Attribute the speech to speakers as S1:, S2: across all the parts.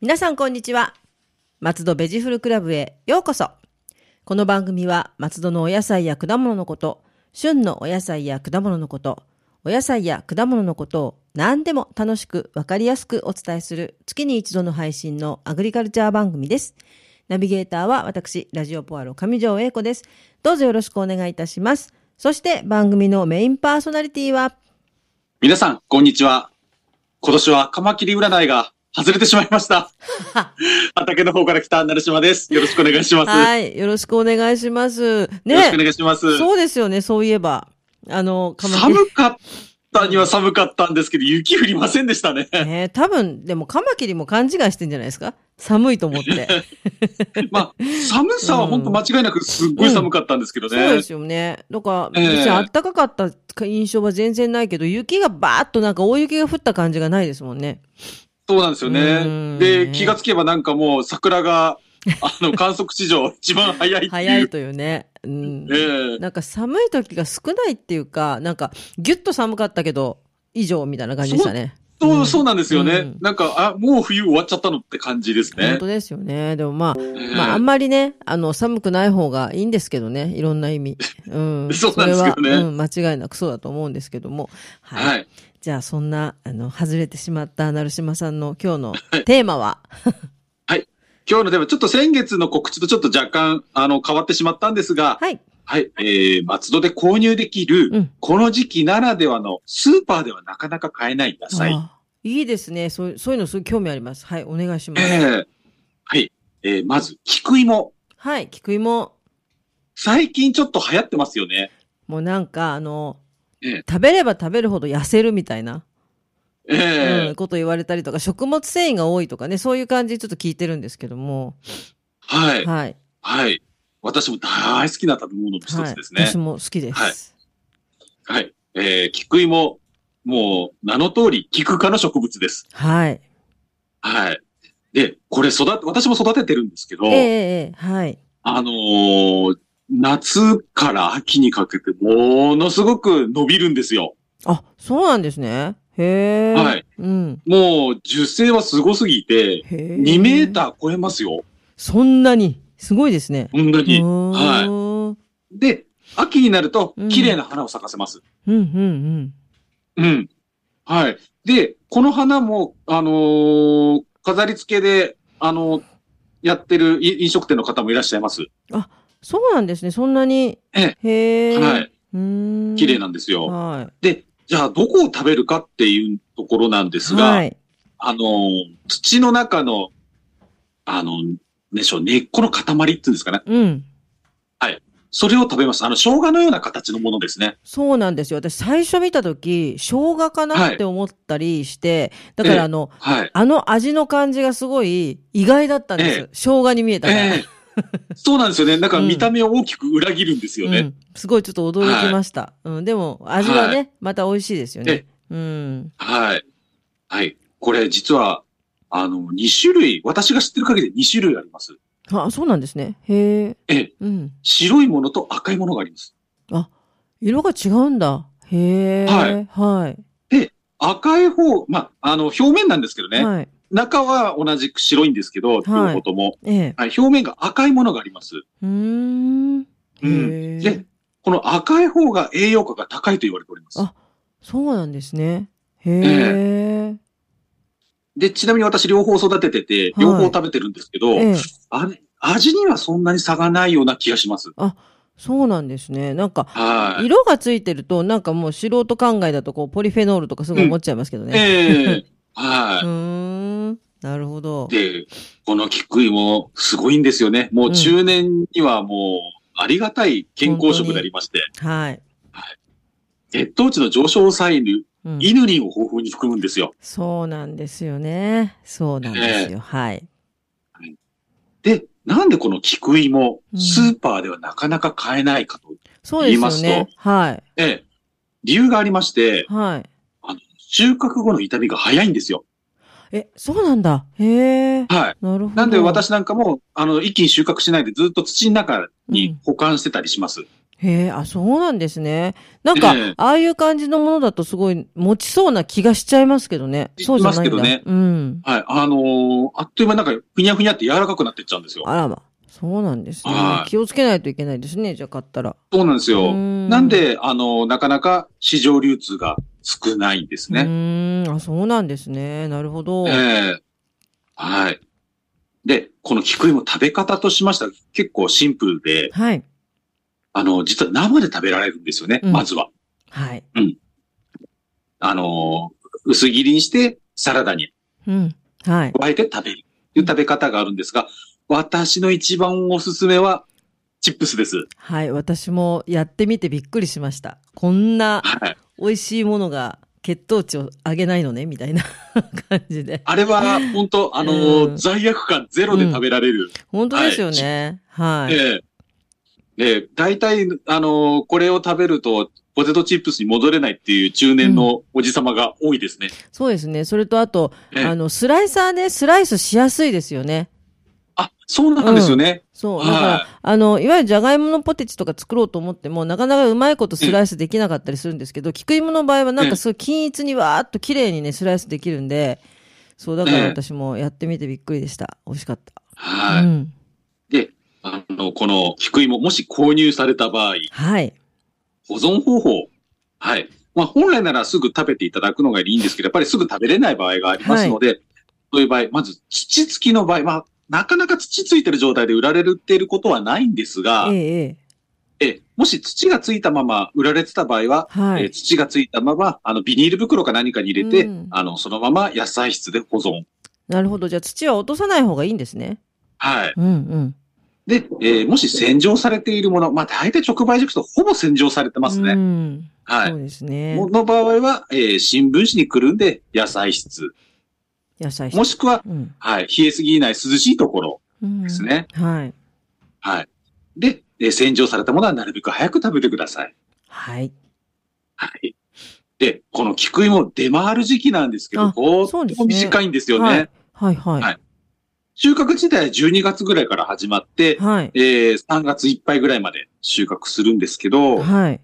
S1: 皆さんこんにちは。松戸ベジフルクラブへようこそ。この番組は松戸のお野菜や果物のこと、旬のお野菜や果物のこと、お野菜や果物のことを何でも楽しくわかりやすくお伝えする月に一度の配信のアグリカルチャー番組です。ナビゲーターは私、ラジオポアロ上条英子です。どうぞよろしくお願いいたします。そして番組のメインパーソナリティは
S2: 皆さん、こんにちは。今年はカマキリ占いが外れてしまいました。 畑の方から来た成島です。よろしくお願いします。
S1: はい、よろしくお願いします。
S2: よろしくお
S1: ね、
S2: 願いします。
S1: そうですよね、そういえば。あの、カマキ
S2: 寒かったには寒かったんですけど、雪降りませんでし たね。
S1: リ。ね、多分、でもカマキリも勘違いしてんじゃないですか寒いと 思って。
S2: まあ、寒さは本当間違いなくすっごい寒かったんですけど
S1: そう
S2: ね
S1: で。すよね。だから、
S2: ええ
S1: 別に暖かかった印象は全然ないけど、雪がバーッとなんか大雪が降った感じがないですもんね。
S2: そうなんですよ
S1: うん
S2: ね。で、気がつけばなんかもう 桜が、あの、観測史上一番早いっていう。
S1: 早いというね。うん。
S2: ええ
S1: なんか寒い時が少ないっていうか、なんか、ぎゅっと寒かったけど、以上みたいな感じでしたね。
S2: そうう、
S1: ん
S2: そうなんですよね。
S1: うん
S2: なんか、あ、もう冬終わっちゃったのって感じです
S1: 本
S2: ね
S1: 当。ですよね。でもまあ、
S2: ええ
S1: まあ、あんまりね、あの、寒くない方がいいんですけどね、いろんな意味。うん。
S2: そうなんですけど
S1: そ
S2: ね
S1: れはうん、間違いなくそうだと思うんですけども。はい。
S2: はい。
S1: じゃあ、そんな、あの、外れてしまった成島さんの今日のテーマは、
S2: 今日のでもちょっと先月の告知とちょっと若干、あの、変わってしまったんですが、
S1: はい。
S2: はい、えー、松戸で購入できる、
S1: うん
S2: この時期ならではの、スーパーではなかなか買えない野菜。
S1: あいいですね。そうそういうのすごい興味あります。はい、お願いしま
S2: え
S1: す。
S2: ーはい、えー、まず、菊芋。
S1: はい、菊芋。
S2: 最近ちょっと流行ってますよね。
S1: もうなんか、あの、
S2: ええ
S1: 食べれば食べるほど痩せるみたいな、
S2: えー
S1: うん、こと言われたりとか、食物繊維が多いとかね、そういう感じでちょっと聞いてるんですけども。
S2: はい、はい、
S1: はい。
S2: 私も大好きな食べ物の一つですね。
S1: はい、私も好きです。
S2: はいはい、えー、菊芋、もう、名の通り、菊科の植物です。
S1: はい。
S2: はい。で、これ育て、私も育ててるんですけど、
S1: ええええはい。
S2: あのー夏から秋にかけて、ものすごく伸びるんですよ。
S1: あ、そうなんですね。へえ。
S2: はい。
S1: うん。
S2: もう、樹勢はすごすぎて、
S1: へえ。
S2: 2メーター超えますよ。
S1: そんなに。すごいですね。
S2: こんなに。はい
S1: は
S2: で、秋になると
S1: うん、
S2: 綺麗な花を咲かせます。
S1: い。うんうんうん。
S2: うん。はい。で、この花も、あのー飾り付けで、あのーやってるい飲食店の方もいらっしゃいます。
S1: そうなんですね。そんなに。
S2: え
S1: へえ。
S2: はい。
S1: うーん。
S2: 綺麗なんですよ。
S1: は
S2: で、じゃあ、どこを食べるかっていうところなんで
S1: い。
S2: すが、
S1: はい。
S2: あのー、土の中の、あの、なんでしょう、根っこの塊っていうんですかね。
S1: うん。
S2: それを食べます。あの、生姜のような形のものですね。
S1: そうなんですよ。私最初見たとき、生姜かなって思ったりして、だか
S2: ええ
S1: らあの、
S2: はい。
S1: あの味の感じがすごい意外だったんです。
S2: ええ
S1: 生姜に見えたから。
S2: ええそうなんですよね。なんか
S1: うん
S2: 見た目を大きく裏切るんですよね。
S1: うん、すごいちょっと驚きました。うん、でも味はね、
S2: は
S1: また美味しいですよね
S2: え。
S1: うん。
S2: はい。はい。これ実は、あの、2種類、私が知ってる限りで2種類あります。
S1: あ、そうなんですね。へえ。
S2: ええ、
S1: うん。
S2: 白いものと赤いものがあります。
S1: 色が違うんだ。へえ。
S2: はい。
S1: はい。
S2: 赤い方、まあ、あの、表面なんですけどね。
S1: はい。
S2: 中は同じく白いんですけど、両方とも、
S1: ええ。
S2: はい。表面が赤いものがあります。
S1: うーん。
S2: うん
S1: へえ
S2: で。この赤い方が栄養価が高いと言われております
S1: あ。そうなんですね。へえ。
S2: で、ちなみに私両方育ててて、
S1: はい
S2: 両方食べてるんですけど、
S1: ええ。
S2: あれ味にはそんなに差がないような気がします。
S1: そうなんですね。なんか、
S2: はい。
S1: 色がついてると、なんかもう素人考えだと、こう、ポリフェノールとかすごい思っちゃいますけどね。
S2: え
S1: う
S2: えは
S1: ーん。なるほど
S2: い。。で、この菊芋、すごいんですよね。もう中年にはもう、ありがたい健康食でありまして、
S1: はい。
S2: 血糖値の上昇を抑える
S1: うん
S2: イヌリンを豊富に含むんですよ。
S1: そうなんですよね。そうなんですよ。はい。
S2: で、なんでこの菊芋
S1: う、ん
S2: スーパーではなかなか買えないかと。
S1: そうです
S2: 言いま
S1: よ
S2: す
S1: ね
S2: と。
S1: は
S2: ええ。理由がありまして
S1: い。、はい。
S2: 収穫後の痛みが早いんですよ。
S1: え、そうなんだ。へえ。
S2: はい。
S1: なるほど。
S2: なんで。私なんかも、あの、一気に収穫しないでずっと土の中に保管してたりします。
S1: へえ、あ、そうなんですね。なんか、
S2: ええ
S1: ああいう感じのものだとすごい持ちそうな気がしちゃいますけどね。そうじゃないんだ。
S2: しますけどね
S1: うん。
S2: はい。あのーあっという間になんか、ふにゃふにゃって柔らかくなっていっちゃうんですよ。
S1: あらま。そうなんですね
S2: は。い
S1: 気をつけないといけないですね。じゃあ買ったら。
S2: そうなんですよ。
S1: うん
S2: なんで、あのーなかなか市場流通が少ないんです
S1: う
S2: ね。
S1: ーん。あ、そうなんですね。なるほど。
S2: ええはい。で、この菊芋食べ方としましては結構シンプルで、
S1: はい。
S2: あのー実は生で食べられるんですよね、
S1: うん
S2: まずは。
S1: はい。
S2: あのー薄切りにしてサラダに
S1: うん。はい。
S2: 加えて食べるという食べ方があるんですが、私の一番おすすめは、チップスです。
S1: はい。私もやってみてびっくりしました。こんな
S2: はい。
S1: 美味しいものが血糖値を上げないのねみたいな 感じで。
S2: あれは、本当あのー
S1: うん
S2: 罪悪感ゼロで食べられる。
S1: 本当ですよね。はい。
S2: ええで、大体、あのーこれを食べると、ポテトチップスに戻れないっていう中年のおじ様が多いですね。
S1: そうですね。それとあと、
S2: ええ
S1: あの、スライサーね、スライスしやすいですよね。
S2: あ、そうなんですよね。
S1: そう。
S2: は
S1: だ
S2: い
S1: から、あの、いわゆるじゃがいものポテチとか作ろうと思っても、なかなかうまいことスライスできなかったりするんですけど、菊芋の場合はなん
S2: え
S1: か
S2: え
S1: すごい均一にわーっと綺麗にね、スライスできるんで、そう、だから
S2: ええ
S1: 私もやってみてびっくりでした。美味しかった。
S2: はい、
S1: うん。
S2: で、あの、この、菊芋、もし購入された場合、
S1: はい。
S2: 保存方法。はい。まあ、本来ならすぐ食べていただくのがいいんですけど、やっぱりすぐ食べれない場合がありますので、そういう場合、まず土付きの場合、まあ、なかなか土ついてる状態で売られていることはないんですが、
S1: え
S2: え
S1: え、ええ。
S2: えもし土がついたまま売られてた場合は、
S1: は
S2: えー
S1: い。
S2: 土がついたまま、あの、ビニール袋か何かに入れて、
S1: うん
S2: あの、そのまま野菜室で保存。
S1: なるほど。じゃあ土は落とさない方がいいんですね。
S2: はい。
S1: うんうん。
S2: で、えーもし洗浄されているもの、まあ、大体直売所行くとほぼ洗浄されてますね。
S1: うん。
S2: はい
S1: そう。ですね。
S2: の場合は、えー新聞紙にくるんで野菜室。
S1: 野菜室
S2: もしくは、
S1: うん。
S2: はい、冷えすぎない涼しいところ
S1: うん
S2: です。ね。
S1: はい。
S2: はい。で、えー洗浄されたものはなるべく早く食べてください。
S1: はい。
S2: はい。で、この菊芋出回る時期なんですけ
S1: あ
S2: ど、こう、
S1: そうですね
S2: 短いんですよね。
S1: はい。はいはい。
S2: はい収穫自体は12月ぐらいから始まって、
S1: はい。
S2: えー3月いっぱいぐらいまで収穫するんですけど、
S1: はい。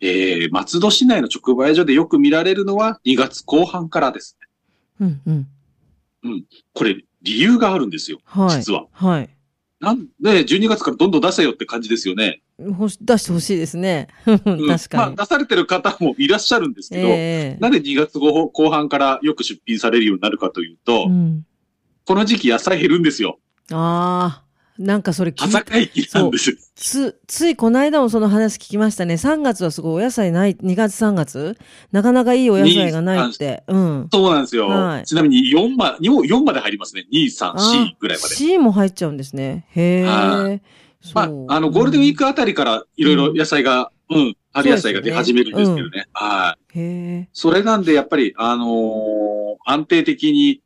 S2: えー松戸市内の直売所でよく見られるのは2月後半からです。
S1: うんうん。
S2: これ、理由があるんですよ、
S1: はい。
S2: 実は。
S1: はい。
S2: なんで、12月からどんどん出せよって感じですよね。
S1: ほし出してほしいですね。 確か
S2: うん
S1: に。
S2: まあ、出されてる方もいらっしゃるんですけど、
S1: ええ
S2: なんで2月後後半からよく出品されるようになるかというと、
S1: うん。
S2: この時期野菜減るんですよ。
S1: ああ、なんかそれ聞い
S2: 朝会期なんですよ。
S1: つ、ついこの間もその話聞きましたね。3月はすごいお野菜ない、2月3月なかなかいいお野菜がないって。うん。
S2: そうなんですよ。
S1: はい
S2: ちなみに4ま、にも四まで入りますね。2、3、4ぐらいまで。
S1: C も入っちゃうんですね。へ
S2: は
S1: え。
S2: ま
S1: そう
S2: あ、あの、ゴールデンウィークあたりからいろいろ野菜が、うん、春野菜が出始めるんですけどね。はい。
S1: うんへえ。
S2: それなんで、やっぱり、あのー安定的に、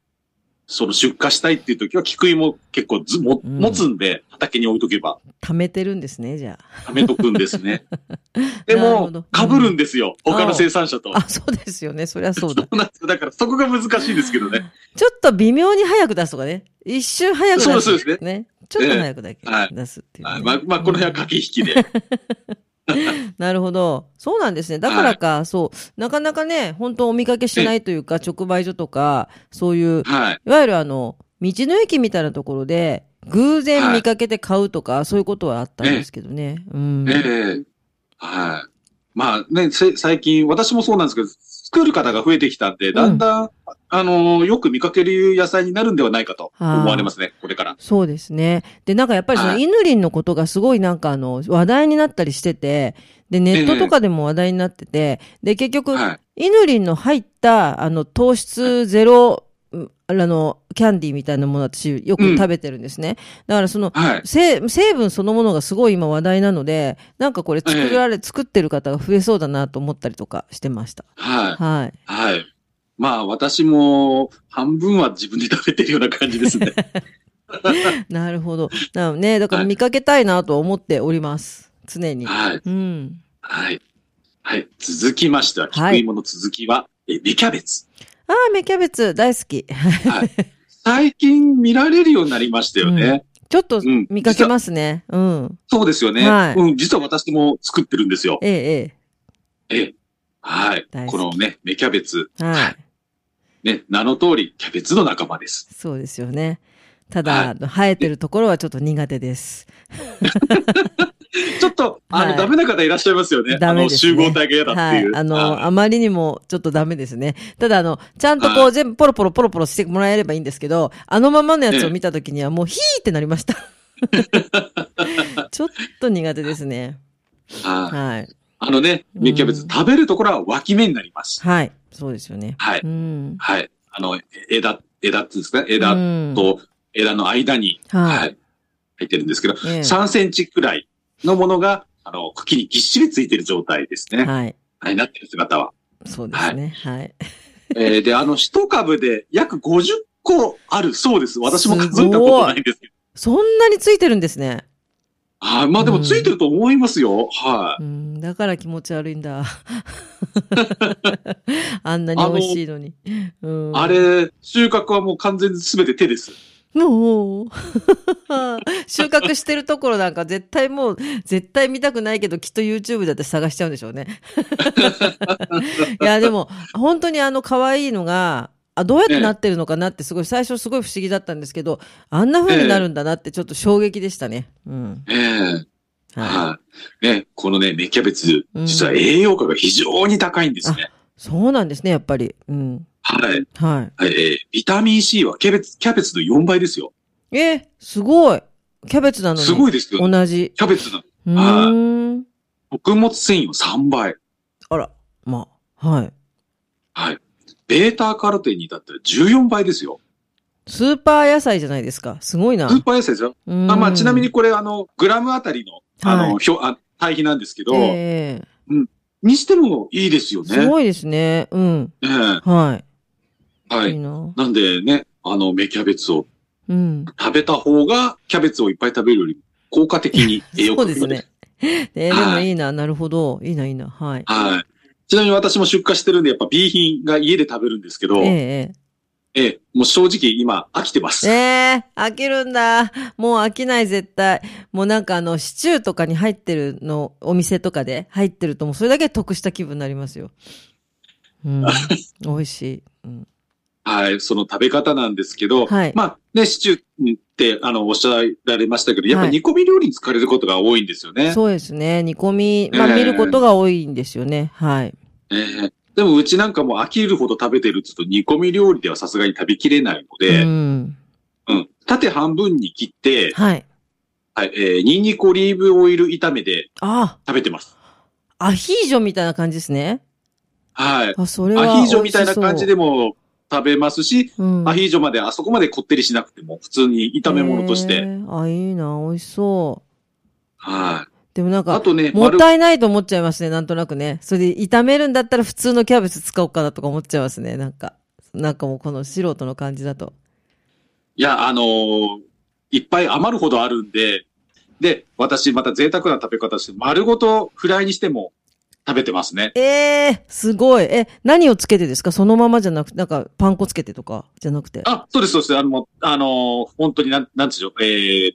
S2: その出荷したいっていう時は、菊芋結構ずも、
S1: うん
S2: 持つんで、畑に置いとけば、
S1: 貯めてるんですね、じゃ
S2: 貯めとくんで すね。で
S1: なるほど
S2: も、被るんですよ。
S1: うん
S2: 他の生産者と
S1: あ。。あ、そうですよね。そりゃそうだ。
S2: そうなんですよだから、そこが難しいですけどね。
S1: ちょっと微妙に早く出すとかね。一瞬早く出す、
S2: そうですそうで
S1: ね。ちょっと早くだけ
S2: ええはい
S1: 出すっていうね、
S2: はいまあ、まあ、この辺は駆け引き で。
S1: なるほど。そうなんですね。だからか、そう。なかなかね、本当お見かけしないというか、直売所とか、そういう、
S2: はい。
S1: いわゆるあの、道の駅みたいなところで、偶然見かけて買うとか、そういうことはあったんですけどね。うん。
S2: ええはい。まあね、せ最近、私もそうなんですけど、作る方が増えてきたんで、だんだん、あのーよく見かける野菜になるんではないかと思われますね、これから。
S1: そうですね。で、なんかやっぱりその
S2: はい
S1: イヌリンのことがすごいなんかあの、話題になったりしてて、で、ネットとかでも話題になってて、で、結局、
S2: はい。
S1: イヌリンの入った、あの、糖質ゼロ、うんあの、キャンディーみたいなもの私よく食べてるんですね。だからその、
S2: はい。
S1: 成成分そのものがすごい今話題なので、なんかこれ作られ、作ってる方が増えそうだなと思ったりとかしてました。
S2: はい。
S1: はい。
S2: はい。まあ、私も、半分は自分で食べてるような感じで すね。
S1: なるほど。なのでね、だから
S2: はい
S1: 見かけたいなと思っております。常に。
S2: はい。
S1: うん。
S2: はい。はい。続きましては、
S1: はい
S2: 菊芋の続きは、え、芽キャベツ。
S1: ああ、芽キャベツ大好き。
S2: 最近見られるようになりましたよね。
S1: ちょっと
S2: うん
S1: 見かけますね。うん。
S2: そうですよね。
S1: はい
S2: うん、実は私も作ってるんですよ。
S1: ええ、え
S2: ええ。はい
S1: 大。好き
S2: このね、芽キャベツ。
S1: え。はい。
S2: ね、名の通り、キャベツの仲間です。
S1: そうですよね。ただ、
S2: はい
S1: あの生えてるところはちょっと苦手です。
S2: ちょっと、あの、
S1: はい
S2: ダメな方いらっしゃいますよね。
S1: ダ
S2: あ
S1: メ
S2: の、
S1: です
S2: 集
S1: ね
S2: 合体が嫌だっ
S1: は
S2: てい。。
S1: いうあの、
S2: は
S1: あまりにもちょっとダメですね。ただ、あの、ちゃんとこ
S2: は
S1: う、全部ポロポロポロポロしてもらえればいいんですけど、あのままのやつを見たときにはもう、ヒーってなりま した。ちょっと苦手ですね。
S2: いはい
S1: はい。
S2: あのね、芽キャベツ、
S1: うん
S2: 食べるところは脇芽になります。
S1: はい。そうですよね。
S2: はい。
S1: うん。
S2: はい。あの、枝、枝っていうんですかね枝
S1: うん
S2: と枝の間に、
S1: はい
S2: はい。入ってるんですけど、
S1: ええ
S2: 3センチくらいのものが、あの、茎にぎっしりついてる状態ですね。
S1: はい。
S2: はい、なってる姿は。
S1: そうですね。はい。
S2: えーで、あの、一株で約50個あるそうです。私も数えたことないんですけど。
S1: そんなについてるんですね。
S2: はい、まあでもついてると思いますよ。は
S1: うん。だから気持ち悪いんだ。あんなに美味しいのに。う
S2: い。
S1: ん。
S2: あれ、収穫はもう完全に全て手です。
S1: もう、収穫してるところなんか絶対もう、絶対見たくないけど、きっと YouTube だって探しちゃうんでしょうね。いや、でも、本当にあの、可愛いのが、あ、どうやってなってるのかなってすごい、最初すごい不思議だったんですけど、あんな風になるんだなってちょっと衝撃でしたね。うん。
S2: ええ
S1: はい。
S2: はい。ね、このね、芽キャベツ、実は栄養価が非常に高いんですね。
S1: そうなんですね、やっぱり。うん。
S2: はい。
S1: は
S2: はいえービタミン C はキャベツ、キャベツの4倍ですよ。
S1: い。え、すごい。キャベツなのに。
S2: すごいですよ。
S1: 同じ。
S2: キャベツの
S1: うーん。
S2: 穀物繊維の3倍。
S1: あら、まあ、はい。
S2: はい。ベータカロテンに至ったら14倍ですよ。
S1: スーパー野菜じゃないですか。すごいな
S2: ス。ーパー野菜ですよ。
S1: うん
S2: あまあ、ちなみに、これ、あの、グラムあたりの、あ
S1: はい
S2: の、表あ対比なんですけど、
S1: ええ
S2: にしてもいいですよね。
S1: すごいですね。うん。
S2: ええ
S1: は。
S2: はい
S1: いい
S2: い。
S1: な。
S2: なんでね、あの、芽キャベツを
S1: うん。
S2: 食べた方が、キャベツをいっぱい食べるより効果的に栄養
S1: そ
S2: 価
S1: う
S2: が
S1: ですね。 ねでもいいな。なるほど。いいな、いいな。はい。
S2: はい。ちなみに私も出荷してるんで、やっぱ B 品が家で食べるんですけど、
S1: え
S2: え
S1: え
S2: えもう正直今飽きてま
S1: え
S2: す。
S1: え飽きるんだ。もう飽きない、絶対。もうなんかあの、シチューとかに入ってるの、お店とかで入ってると、もうそれだけで得した気分になりますよ。 うん。美味しい。うん。
S2: はい、その食べ方なんですけど、
S1: はい
S2: まあね、シチューって、あの、おっしゃられましたけど、やっぱ
S1: はい
S2: 煮込み料理に使われることが多いんですよね。
S1: そうですね。煮込み、まあ
S2: え
S1: 見
S2: え
S1: ることが多いんですよね。はい。
S2: ええでもうちなんかもう飽きるほど食べてるって言うと煮込み料理ではさすがに食べきれないので、
S1: う
S2: うん、
S1: ん。
S2: 縦半分に切って、
S1: はい。
S2: はい、えー、ニンニクオリーブオイル炒めで
S1: あ
S2: 食べてます。
S1: あ、アヒージョみたいな感じですね。
S2: はい。
S1: あ、それは
S2: ア
S1: 美
S2: ヒー
S1: 味し
S2: ジ
S1: そう。
S2: ョみたいな感じでも食べますし、
S1: うん、
S2: アヒージョまであそこまでこってりしなくても普通に炒め物とし
S1: へ
S2: て、
S1: ーあ、いいな、美味しそう。
S2: はい。
S1: でもなん
S2: あ
S1: か、
S2: とね、
S1: もっ
S2: 丸、
S1: たいないと思っちゃいますね、なんとなくね。それで炒めるんだったら普通のキャベツ使おうかなとか思っちゃいますね、なんか。なんかもうこの素人の感じだと。
S2: いや、あのーいっぱい余るほどあるんで、で、私また贅沢な食べ方して、丸ごとフライにしても食べてますね。
S1: ええー、すごい。え、何をつけてですかそのままじゃなくて、なんかパン粉つけてとかじゃなくて。
S2: あ、そうです、そうです。あの、もうあのー本当になん、なんつうの、え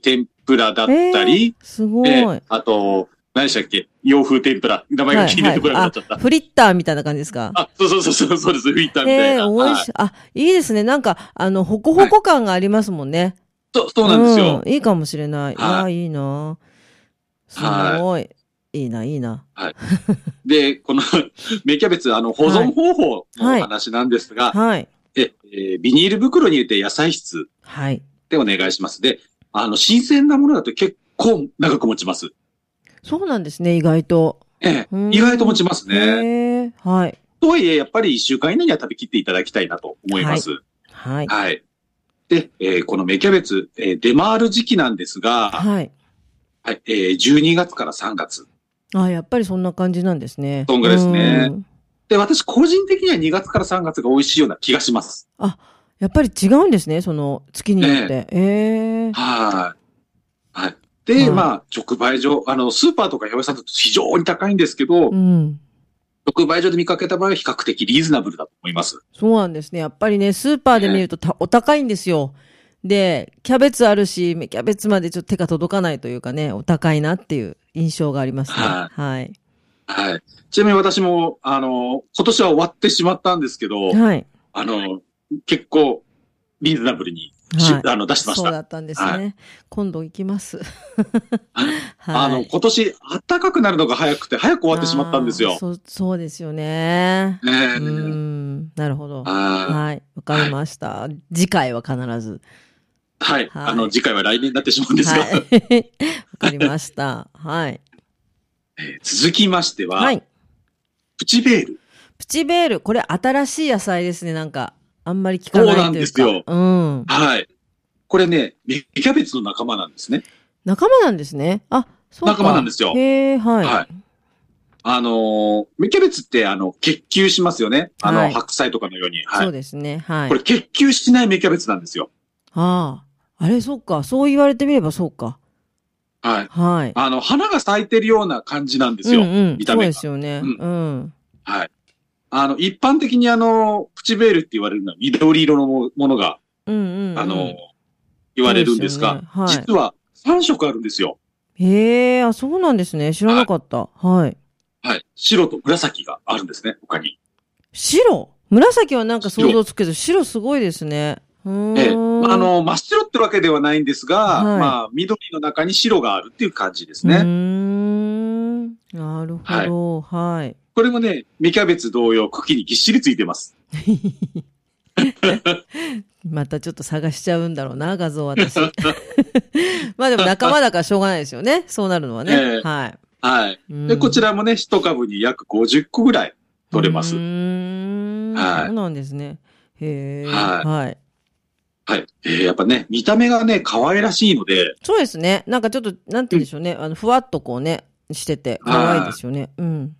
S2: ー、天ぷらだっ
S1: えー
S2: たり、
S1: すご
S2: え
S1: い。
S2: ーあと、何でしたっけ洋風天ぷら。名前が気になってこなくなっちゃった。
S1: あフリッターみたいな感じですか
S2: あ、そうそうそうそう、そうです。フィッターみ
S1: え
S2: たい
S1: え
S2: な。
S1: ー、美
S2: は
S1: 味
S2: い
S1: しい。あ、いいですね。なんか、あの、ほこほこ感がありますもんね。
S2: そうそうなんですよ。
S1: うんいいかもしれない。い
S2: はい
S1: や、いいな。すごい。いいな、いいな。
S2: で、この 芽キャベツ、あの、保存方法のお話なんですが、
S1: はい。
S2: ええービニール袋に入れて野菜室
S1: はい。
S2: でお願いします。で、あの、新鮮なものだと結構長く持ちます。
S1: そうなんですね、意外と。
S2: ええ
S1: うん
S2: 意外と持ちますね。
S1: へえ。はい。
S2: とはいえ、やっぱり一週間以内には食べきっていただきたいなと思います。
S1: はい。
S2: はい。で、えーこの芽キャベツ、えー出回る時期なんですが、
S1: はい。
S2: はいえー12月から3月。
S1: あ、やっぱりそんな感じなんですね。
S2: そんぐらいですね
S1: うん。
S2: で、私個人的には2月から3月が美味しいような気がします。
S1: やっぱり違うんですね、その月によって。ええ。
S2: はい。はい。で、
S1: はい
S2: まあ、直売所、あの、スーパーとか八百屋さんだと非常に高いんですけど、
S1: うん。
S2: 直売所で見かけた場合は比較的リーズナブルだと思います。
S1: そうなんですね。やっぱりね、スーパーで見るとたお高いんですよ。で、キャベツあるし、キャベツまでちょっと手が届かないというかね、お高いなっていう印象がありますね。
S2: は
S1: はい。
S2: はい。ちなみに私も、あの、今年は終わってしまったんですけど、
S1: はい。
S2: あの、結構、リーズナブルに、し
S1: はい。
S2: あの、出してまし
S1: そう
S2: た。
S1: だったんですね。
S2: は
S1: 今度行き ます。はい
S2: あの、今年、暖かくなるのが早くて、早く終わってしまったんです
S1: あー
S2: よ。
S1: そう、そうですよね。
S2: ね
S1: う
S2: え
S1: ーん、なるほど。
S2: あ
S1: はい、わかりました。次回は必ず。
S2: ーはい。
S1: はい
S2: あの、次回は来年になってしまうんですが、
S1: はい。わかりました。 はい。
S2: 続きましては、
S1: はい。
S2: プチベール。
S1: プチベール、これ新しい野菜ですね、なんか。あんまり聞かないというか。
S2: そうなんですよ
S1: うん。
S2: はい。これね、芽キャベツの仲間なんですね。
S1: 仲間なんですね。あ、そうか。
S2: 仲間なんですよ
S1: へえ、はい。
S2: はいあのー、芽キャベツって、あの、結球しますよね。あの、
S1: はい
S2: 白菜とかのように。は
S1: そう
S2: い。
S1: ですね。はい。
S2: これ、結球しない芽キャベツなんですよ。
S1: ああ。あれ、そうか。そう言われてみればそうか。
S2: はい。
S1: はい。
S2: あの、花が咲いてるような感じなんですよ。
S1: うんうん、
S2: 見
S1: そ
S2: た目
S1: う
S2: が
S1: ですよね。う
S2: うん
S1: ん。
S2: はい。あの、一般的にあの、プチベールって言われるのは緑色のものが、
S1: うんうんうん。
S2: あの、言われるんです
S1: そう
S2: が、
S1: ですよねはい
S2: 実は3色あるんですよ。
S1: へえ、あ、そうなんですね。知らなかった。はい。
S2: はい。白と紫があるんですね、他に。
S1: 白紫はなんか想像つくけど、白すごいですね。うーん。
S2: ええ。まああ、の、真っ白ってわけではないんですが、
S1: はい
S2: まあ、緑の中に白があるっていう感じです
S1: うー
S2: ね。
S1: ん。なるほど。はい。
S2: これもね、芽キャベツ同様、茎にぎっしりついてます。
S1: またちょっと探しちゃうんだろうな、画像 私。まあでも仲間だからしょうがないですよね。そうなるのはね。
S2: ええ
S1: は
S2: はい。
S1: い。
S2: で、こち
S1: ら
S2: らもね、一株に約50個ぐらい取れます
S1: う。ーん。
S2: はい
S1: そうなんですね。へえ。
S2: はい
S1: はい。
S2: はい。えーやっぱね、見た目がね、可愛らしいので、
S1: そうですね。なんかちょっと、なんて言うんでしょうね。あの、ふわっとこうね、してて、可愛いですよね。うん。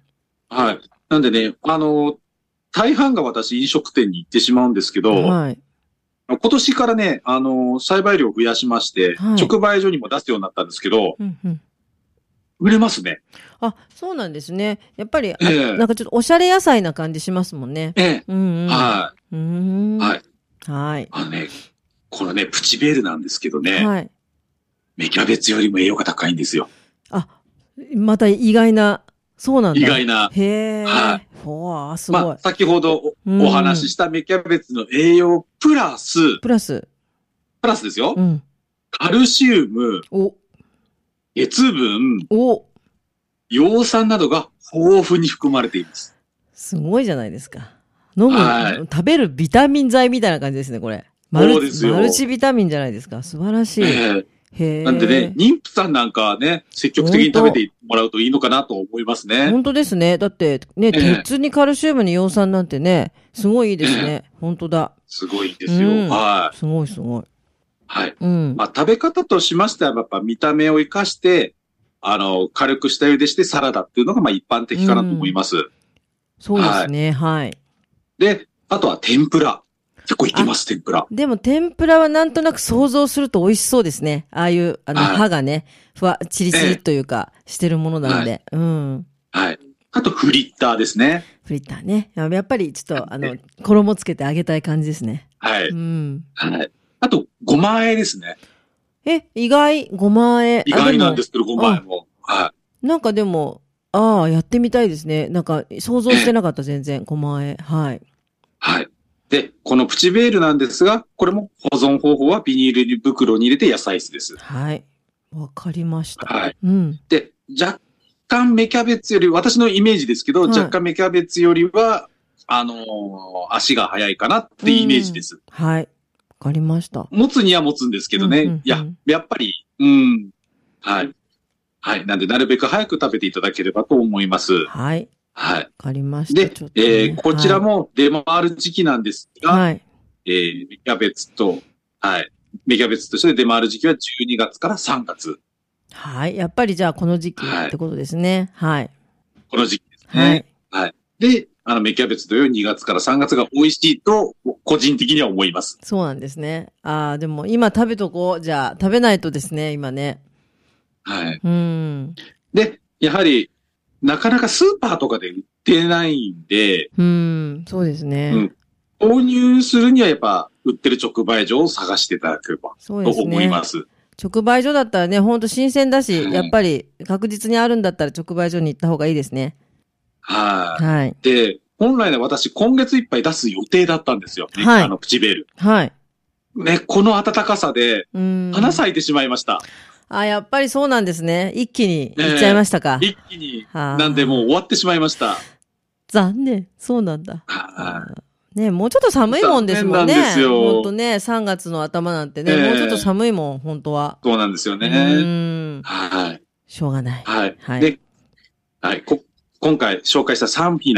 S2: はい。なんでね、あの、大半が私飲食店に行ってしまうんですけど、
S1: はい。
S2: 今年からね、あの、栽培量を増やしまして、
S1: はい
S2: 直売所にも出すようになったんですけど、
S1: うんうん。
S2: 売れますね。
S1: あ、そうなんですね。やっぱり、あ
S2: え え
S1: なんかちょっとおしゃれ野菜な感じしますもんね。
S2: ええ
S1: うんうん。
S2: はい。
S1: うーん。
S2: はい
S1: い。はい。
S2: あのね、このね、プチベールなんですけどね、
S1: はい。
S2: 芽キャベツよりも栄養が高いんですよ。
S1: あ、また意外な、そうなんだ。
S2: 意外な。
S1: へえ。
S2: は
S1: ほわ、すごい。
S2: まあ、先ほどお
S1: うん
S2: お話しした芽キャベツの栄養プラス、
S1: プラス。
S2: プラスですよ
S1: う。ん。
S2: カルシウム、
S1: お、
S2: 鉄分、
S1: お、
S2: 葉酸などが豊富に含まれています。
S1: すごいじゃないですか。飲む、
S2: はい
S1: 食べるビタミン剤みたいな感じですね、これ。マル
S2: そうですよ
S1: マルチビタミンじゃないですか。素晴らしい。へ
S2: ええ
S1: え。
S2: なんでね、妊婦さんなんかはね、積極的に食べてもらうといいのかなと思いますね。
S1: 本当ですね。だって、ね、
S2: ええ
S1: 鉄にカルシウムに葉酸なんてね、すごいいいですね。本当だ。
S2: すごいんですよ。
S1: うん
S2: はい。
S1: すごいすごい。
S2: はい。
S1: うん。
S2: まあ、食べ方としましては、やっぱ見た目を生かして、あの、軽く下茹でしてサラダっていうのが、まあ、一般的かなと思います。
S1: そうですね。はい。
S2: で、あとは天ぷら。結構いきます、天ぷら。
S1: でも天ぷらはなんとなく想像すると美味しそうですね。ああいう、あの、
S2: はい
S1: 歯がね、ふわ、チリチリというか、してるものなので。うん。
S2: はい。あと、フリッターですね。
S1: フリッターね。やっぱりちょっと、あ
S2: え
S1: の、衣つけてあげたい感じですね。
S2: はい。
S1: うん。
S2: はい。あと、ごま和えですね。
S1: え、意外、ごま和え。。
S2: 意外なんですすけど、ごま和えも。はい。
S1: なんかでも、ああ、やってみたいですね。なんか、想像してなかった、全然、ごま和え。はい。
S2: はい。で、このプチベールなんですが、これも保存方法はビニール袋に入れて野菜室です。
S1: はい。わかりました。
S2: はい。
S1: うん。
S2: で、若干芽キャベツより、私のイメージですけど、
S1: はい
S2: 若干芽キャベツよりは、あのー足が早いかなってイメージです。
S1: はい。わかりました。
S2: 持つには持つんですけど
S1: う
S2: ね。
S1: んうんうん
S2: いや、やっぱり、うん。はい。はい。なんで、なるべく早く食べていただければと思います。
S1: はい。わ
S2: はい。
S1: かりました。
S2: で、
S1: ちょっと
S2: え
S1: ね
S2: ーこちら、も出回る時期なんですが、
S1: はい。はい
S2: えー、芽キャベツと、はい。芽キャベツとして出回る時期は12月から3月。
S1: はい。やっぱりじゃあこの時期
S2: はい
S1: ってことですね。はい。
S2: この時期です
S1: はい。
S2: ね。で、あの、芽キャベツという2月から3月が美味しいと、個人的には思います。
S1: そうなんですね。ああ、でも今食べとこう。じゃあ食べないとですね、今ね。
S2: はい。
S1: うん。
S2: で、やはり、なかなかスーパーとかで売ってないんで、
S1: うん。そうですね。
S2: うん購入するにはやっぱ、売ってる直売所を探していただければ
S1: そう
S2: と
S1: です
S2: 思い
S1: ね。
S2: ます。
S1: 直売所だったらね、ほんと新鮮だし、
S2: うん
S1: やっぱり確実にあるんだったら直売所に行った方がいいですね。
S2: はい。
S1: はい。
S2: で、本来ね、私、今月いっぱい出す予定だったんですよ。ね
S1: はい
S2: あの、プチベール。
S1: はい。
S2: ね、この暖かさで、
S1: うーん。
S2: 花咲いてしまいました。
S1: あ、やっぱりそうなんですね。一気に行っちゃいましたか。
S2: 一気に、
S1: はあ
S2: なんでもう終わってしまいました。
S1: 残念。そうなんだ。
S2: は
S1: ね、もうちょっと寒いもんですもんね。
S2: 残念なんですよ
S1: ほんとね、3月の頭なんてね、
S2: ええ
S1: もうちょっと寒いもん、本当は。
S2: いそうなんですよ
S1: う
S2: ね。
S1: ーん。
S2: はい。
S1: しょうがない。
S2: はい。
S1: はい
S2: で、はい、こ今回紹介した3品、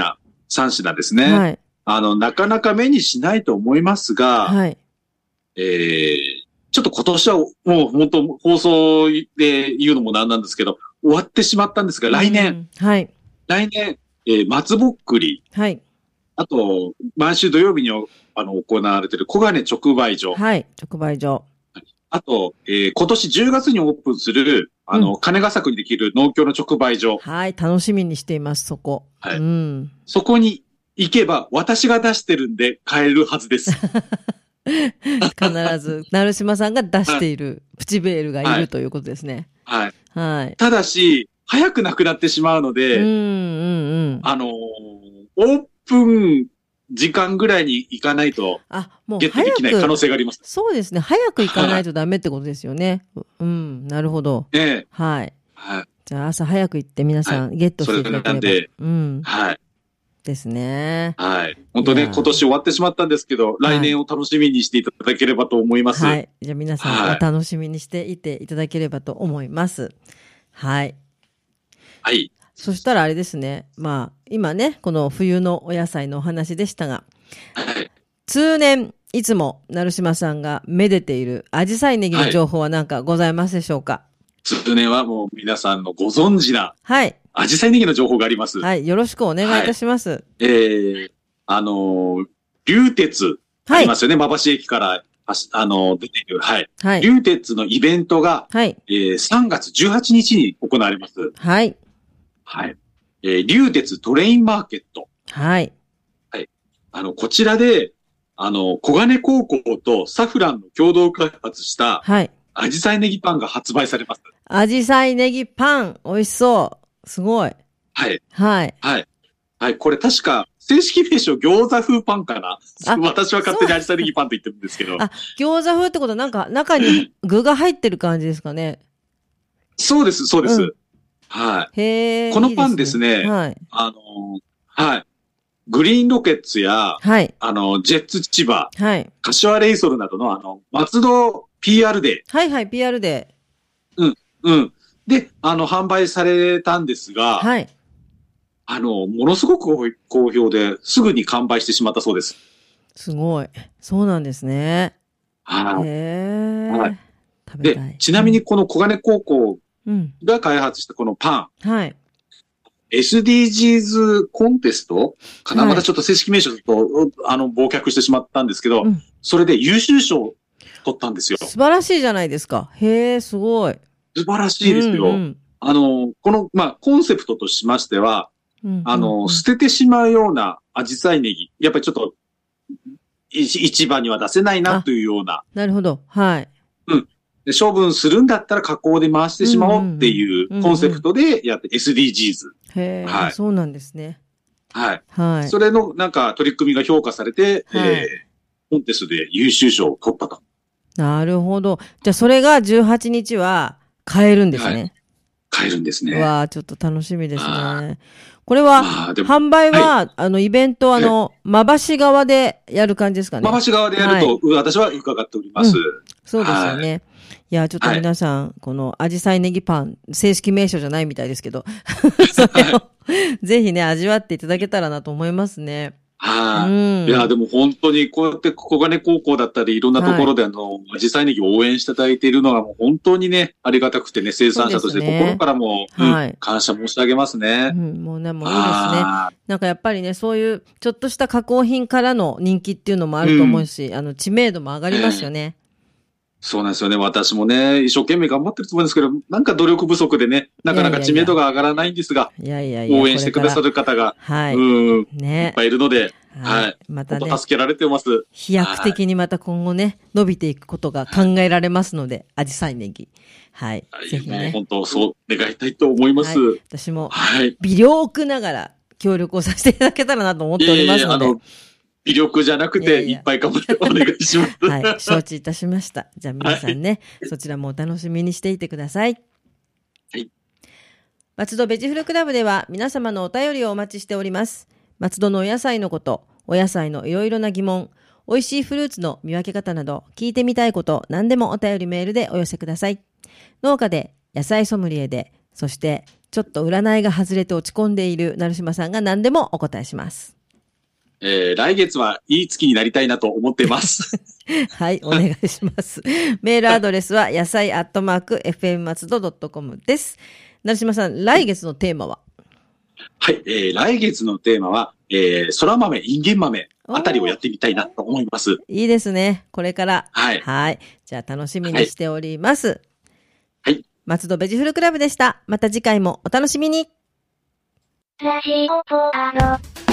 S2: 3品ですね。
S1: はい。
S2: あの、なかなか目にしないと思いますが、
S1: はい。
S2: えー、ちょっと今年はもう本当放送で言うのもなんなんですけど、終わってしまったんですが、来年、
S1: うん。はい。
S2: 来年、えー松ぼっくり、
S1: はい。
S2: あと、毎週土曜日にあの行われている小金直売所、
S1: はい。直売所。
S2: あと、えー今年10月にオープンする、あの、金ヶ作にできる農協の直売所、
S1: はい。楽しみにしています、そこ。
S2: はい
S1: うん。
S2: そこに行けば私が出してるんで買えるは ずです。
S1: 必ず、成島さんが出しているプチベールがい
S2: は
S1: る
S2: い
S1: ということですね。
S2: はい。
S1: はい。
S2: ただし、早くなくなってしまうの
S1: うん、
S2: で、
S1: うん、うん。
S2: あのーオープン時間ぐらいに行かないと
S1: あ、もう
S2: ゲットで
S1: 早
S2: きない可能
S1: く、
S2: 性があります。
S1: そうですね。早く行かないとダメってことですよね。うん、なるほど。
S2: ええ
S1: はい。
S2: はい。
S1: じゃあ朝早く行って皆さんゲットしていただければ。
S2: それなんで
S1: うん。
S2: はい。
S1: ですね。
S2: はい。本当
S1: い
S2: ね、
S1: やー
S2: 今年終わってしまったんですけど、来年を楽しみにしていただければと思います。
S1: は
S2: はい。
S1: い。じゃあ皆さん
S2: は
S1: お
S2: い
S1: 楽しみにしていていただければと思います。はい。そしたらあれですね。まあ、今ね、この冬のお野菜のお話でしたが、
S2: はい。
S1: 通年、いつも、成島さんがめでている、アジサイネギの情報は何かございますでしょうか
S2: 通年はもう皆さんのご存知な、
S1: はい。
S2: アジサイネギの情報があります。
S1: はい。よろしくお願いいたします。
S2: えー、あのー、流鉄あ
S1: は
S2: り
S1: い
S2: ま。すよね。まばし駅から、あしあのー出ている。はい。
S1: はい。
S2: 流鉄のイベントが、
S1: はい。
S2: えー3月18日に行われます。
S1: はい。
S2: はい。えー、流鉄トレインマーケット。
S1: はい。
S2: あの、こちらで、あの、小金高校とサフランの共同開発した、
S1: はい。
S2: アジサイネギパンが発売されます。
S1: アジサイネギパン、美味しそう。すごい。
S2: はい。
S1: はい。
S2: はい。はい。これ確か、正式名称餃子風パンかな
S1: あ
S2: 私は勝手にアジサイネギパンと言ってるんですけど。
S1: あ餃子風ってことはなんか中に具が入ってる感じですか ね。
S2: そうです、そうです。
S1: うん
S2: はい。
S1: へえ。
S2: この
S1: いい
S2: パンですね
S1: はい。
S2: あのーはい。グリーンロケッツや、
S1: はい。
S2: あの、ジェッツ千葉、
S1: はい。
S2: 柏レイソルなどの、あの、松戸 PR デー。
S1: はいはい。PR で。
S2: うん。で、あの、販売されたんですが、
S1: はい。
S2: あの、ものすごく好評で、すぐに完売してしまったそうです。
S1: すごい。そうなんですね。
S2: はい。
S1: へ
S2: は
S1: え
S2: い。
S1: 食べ
S2: で
S1: たい。、
S2: ちなみに、この小金高校
S1: うん。
S2: が開発したこのパ
S1: うん。はい。
S2: ン、SDGs コンテストかな、
S1: はい
S2: またちょっと正式名称だと、うあの、忘却してしまったんですけど、
S1: うん
S2: それで優秀賞を取ったんですよ。
S1: 素
S2: 素
S1: 晴らしいじゃないですか。へえ、すごい。
S2: 晴らしいですよ。
S1: うんうん
S2: あの、この、まあ、コンセプトとしましては、
S1: うん
S2: あ
S1: うんうん
S2: の、捨ててしまうようなアジサイネギ、やっぱりちょっと、い市場には出せないなというような、
S1: なるほど。はい。
S2: で処分するんだったら加工で回してしまおうってい
S1: うんうん
S2: うコンセプトでやって、SDGs。
S1: へえ、
S2: はい
S1: そうなんですね。
S2: はい。
S1: はい
S2: そ。れのなんか取り組みが評価されて、
S1: はい
S2: えーコンテストで優秀賞を取ったと。
S1: なるほど。じゃあ、それが18日は買えるんですね。
S2: 買えるんですね。
S1: わあ、ちょっと楽しみです
S2: あ
S1: ね。これは、
S2: まあ、でも、
S1: 販売は、あの、イベント、あの、まばし側でやる感じですかね
S2: ま。ばし側でやると、私は伺っております。
S1: そうですよね。いや、ちょっと
S2: はい
S1: 皆さん、この、アジサイネギパン、正式名称じゃないみたいですけ ど、それを、ぜひね、味わっていただけたらなと思いますね。
S2: はい。
S1: うん。
S2: いや、でも本当にこうやって小金高校だったり、いろんなところであの、実際に応援していただいているのがもう本当にね、ありがたくてね、生産者として
S1: そうですね
S2: 心からも、うん
S1: はい
S2: 感謝申し上げますね。
S1: うん、もうね、もういいですね。
S2: あ
S1: なんかやっぱりね、そういう、ちょっとした加工品からの人気っていうのもあると思うし、あの、知名度も上がりますよね。
S2: ーそうなんですよね。私もね、一生懸命頑張ってると思うんですけど、なんか努力不足でね、なかなか知名度が上がらないんですが、
S1: いやいやいや。
S2: 応援してくださ
S1: る。
S2: る方が、
S1: はい。
S2: うん、いっ
S1: ね。
S2: ぱいいるので、はい。
S1: また
S2: 本
S1: ね
S2: 当、助けられてます。
S1: 飛躍的にまた今後ね、伸びていくことが考えられますので、アジサイネギ。はい。ぜひ
S2: ね
S1: ね。
S2: 本当、そう願いたいと思います。
S1: は私も
S2: はい。
S1: 微量くながら協力をさせていただけたらなと思っ
S2: い
S1: てお
S2: え
S1: り
S2: いえ
S1: ますので。
S2: あの、微力じゃなく
S1: いやい
S2: て、
S1: やい
S2: い
S1: や
S2: っぱい頑張ってお願い します。
S1: はい、承知いたしま した。じゃあ皆さんね、そちらもお楽しみにしていてください。
S2: はい。
S1: 松戸ベジフルクラブでは皆様のお便りをお待ちしております。松戸のお野菜のこと、お野菜のいろいろな疑問、美味しいフルーツの見分け方など、聞いてみたいこと、何でもお便りメールでお寄せください。農家で、野菜ソムリエで、そして、ちょっと占いが外れて落ち込んでいる成島さんが何でもお答えします。
S2: えー来月はいい月になりたいなと思って ます。
S1: はい、お願いします。 メールアドレスは、野菜アットマーク、fm 松戸 .com です。成島さん、来月のテーマは
S2: はい、えー来月のテーマは、えー、空豆、インゲン豆あたりをやってみたいなと思います。
S1: いいですね。これから。
S2: はい
S1: じゃあ、楽しみにしております。
S2: はい。
S1: 松戸ベジフルクラブでした。また次回もお楽しみに。
S3: ラジオポアド。